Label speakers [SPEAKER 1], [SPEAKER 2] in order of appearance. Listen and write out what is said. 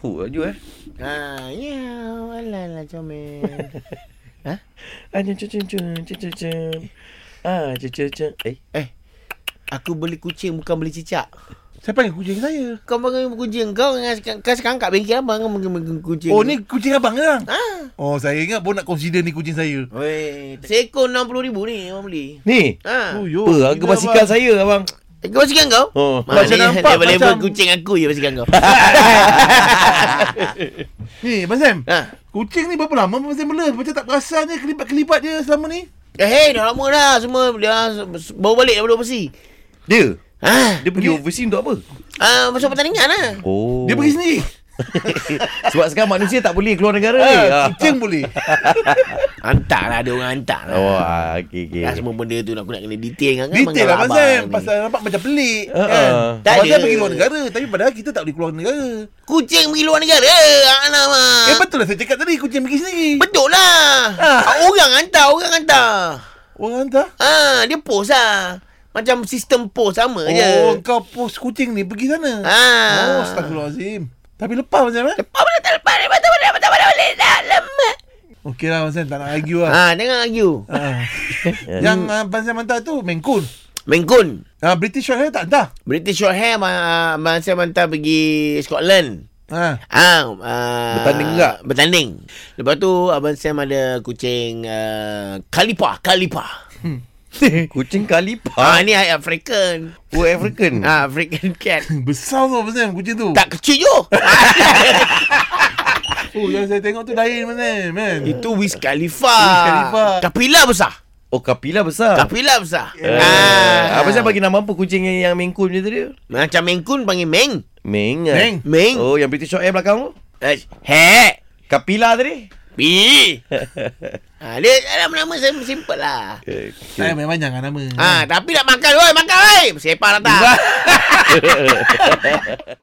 [SPEAKER 1] baju eh.
[SPEAKER 2] Ha, ya, alah lah comel. Ah,
[SPEAKER 1] Ada cu cu cu cu cu cu. Ah, cu cu cu. Eh,
[SPEAKER 2] Aku beli kucing bukan beli cicak.
[SPEAKER 3] Saya panggil kucing saya.
[SPEAKER 2] Kau panggil kucing kau dengan sek- kau sekarang kat bengkel abang kau panggil panggil kucing.
[SPEAKER 3] Oh, ni kucing abang ke bang?
[SPEAKER 2] Ha.
[SPEAKER 3] Oh, saya ingat pun nak consider ni kucing saya.
[SPEAKER 2] Weh, seekor RM60,000 ni orang beli.
[SPEAKER 1] ni.
[SPEAKER 2] Ha. Eh,
[SPEAKER 3] Oh, yo.
[SPEAKER 1] Apa harga
[SPEAKER 3] gila,
[SPEAKER 1] basikal
[SPEAKER 3] abang.
[SPEAKER 1] saya abang?
[SPEAKER 2] Kau basikan kau?
[SPEAKER 1] Oh.
[SPEAKER 2] Mana
[SPEAKER 3] Macam nampak
[SPEAKER 2] level-level
[SPEAKER 3] macam-
[SPEAKER 2] kucing aku je basikan kau.
[SPEAKER 3] Ni, Abang Sam.
[SPEAKER 2] ha.
[SPEAKER 3] Kucing ni berapa lama Abang Sam bela? Macam tak perasan je kelipat-kelipat je selama ni.
[SPEAKER 2] Eh, hey, dah lama dah semua dia s- baru balik daripada overseas.
[SPEAKER 1] Dia.
[SPEAKER 2] Ha.
[SPEAKER 1] Dia pergi overseas untuk apa?
[SPEAKER 2] Ah, uh, masuk pertandingan lah.
[SPEAKER 1] Oh.
[SPEAKER 3] Dia pergi sendiri.
[SPEAKER 1] Sebab sekarang manusia tak boleh keluar
[SPEAKER 2] Ya.
[SPEAKER 1] negara ni.
[SPEAKER 3] Ah,
[SPEAKER 1] Ah.
[SPEAKER 3] kucing boleh.
[SPEAKER 2] Hantar lah, ada orang hantar lah.
[SPEAKER 1] Oh, ah, okey okey.
[SPEAKER 2] Dah semua benda tu nak aku nak kena ya. detail kan, dengan
[SPEAKER 3] Detail lah Abang Sam.
[SPEAKER 2] abang ni. Ya.
[SPEAKER 3] Pasal nampak macam pelik.
[SPEAKER 1] Ah,
[SPEAKER 3] Kan?
[SPEAKER 1] ah.
[SPEAKER 2] Tak
[SPEAKER 3] Abang
[SPEAKER 2] ada.
[SPEAKER 3] Sam pergi luar negara. Tapi padahal kita tak boleh keluar negara.
[SPEAKER 2] Kucing pergi luar negara. Alamak.
[SPEAKER 3] Eh, betul lah saya cakap tadi. Kucing pergi sendiri.
[SPEAKER 2] Betul lah.
[SPEAKER 3] Ah.
[SPEAKER 2] Orang hantar, orang hantar.
[SPEAKER 3] Orang hantar.
[SPEAKER 2] Ha, dia post lah. Macam sistem post sama je.
[SPEAKER 3] Oh, kau post kucing ni pergi sana.
[SPEAKER 2] ya. Ah.
[SPEAKER 3] Oh, astagfirullahalazim. Tapi lepas eh? macam mana?
[SPEAKER 2] Lepas mana tak lepas, lepas tak boleh, lepas tak boleh, boleh dah lemak.
[SPEAKER 3] Okey lah Abang Sam tak nak argue lah.
[SPEAKER 2] Ha, dengar argue.
[SPEAKER 3] Ah.
[SPEAKER 2] Ya.
[SPEAKER 3] Yang ah, Abang Sam hantar tu Maine Coon.
[SPEAKER 2] Mengkun.
[SPEAKER 3] Ah, British Shorthair tak hantar.
[SPEAKER 2] British Shorthair ma- ah, masa hantar pergi Scotland.
[SPEAKER 3] Ah.
[SPEAKER 2] Ah, ah,
[SPEAKER 1] Bertanding juga?
[SPEAKER 2] Bertanding. Lepas tu Abang Sam ada kucing uh, Kalipa, Kalipa.
[SPEAKER 1] Kucing
[SPEAKER 2] Ah,
[SPEAKER 1] kalipa.
[SPEAKER 2] ni high African.
[SPEAKER 1] Oh,
[SPEAKER 3] Hmm.
[SPEAKER 1] African.
[SPEAKER 2] Ah, African cat.
[SPEAKER 3] Besar tu Abang Sam kucing tu.
[SPEAKER 2] tak kecil je.
[SPEAKER 3] Oh, yang saya tengok tu lain Abang Sam. Man.
[SPEAKER 2] Itu Wiz Khalifa.
[SPEAKER 3] Wiz Khalifa.
[SPEAKER 2] Kapila besar.
[SPEAKER 1] Oh, kapila besar.
[SPEAKER 2] Kapila besar.
[SPEAKER 1] Eh,
[SPEAKER 2] Ah.
[SPEAKER 1] Abang Sam bagi nama apa kucing yang, yang mengkul macam tu dia?
[SPEAKER 2] Macam Mengkun panggil Meng.
[SPEAKER 1] Meng. ah.
[SPEAKER 3] Meng.
[SPEAKER 2] Meng.
[SPEAKER 1] Oh, yang British Short Air belakang tu?
[SPEAKER 2] Eh, Hek.
[SPEAKER 1] Kapila tadi?
[SPEAKER 2] Pi. ha, dia dalam nama saya simple lah.
[SPEAKER 1] Eh,
[SPEAKER 3] Saya main panjang kan
[SPEAKER 2] Ah,
[SPEAKER 3] nama.
[SPEAKER 2] Ha, tapi nak makan, oi, makan, oi. Sepah datang.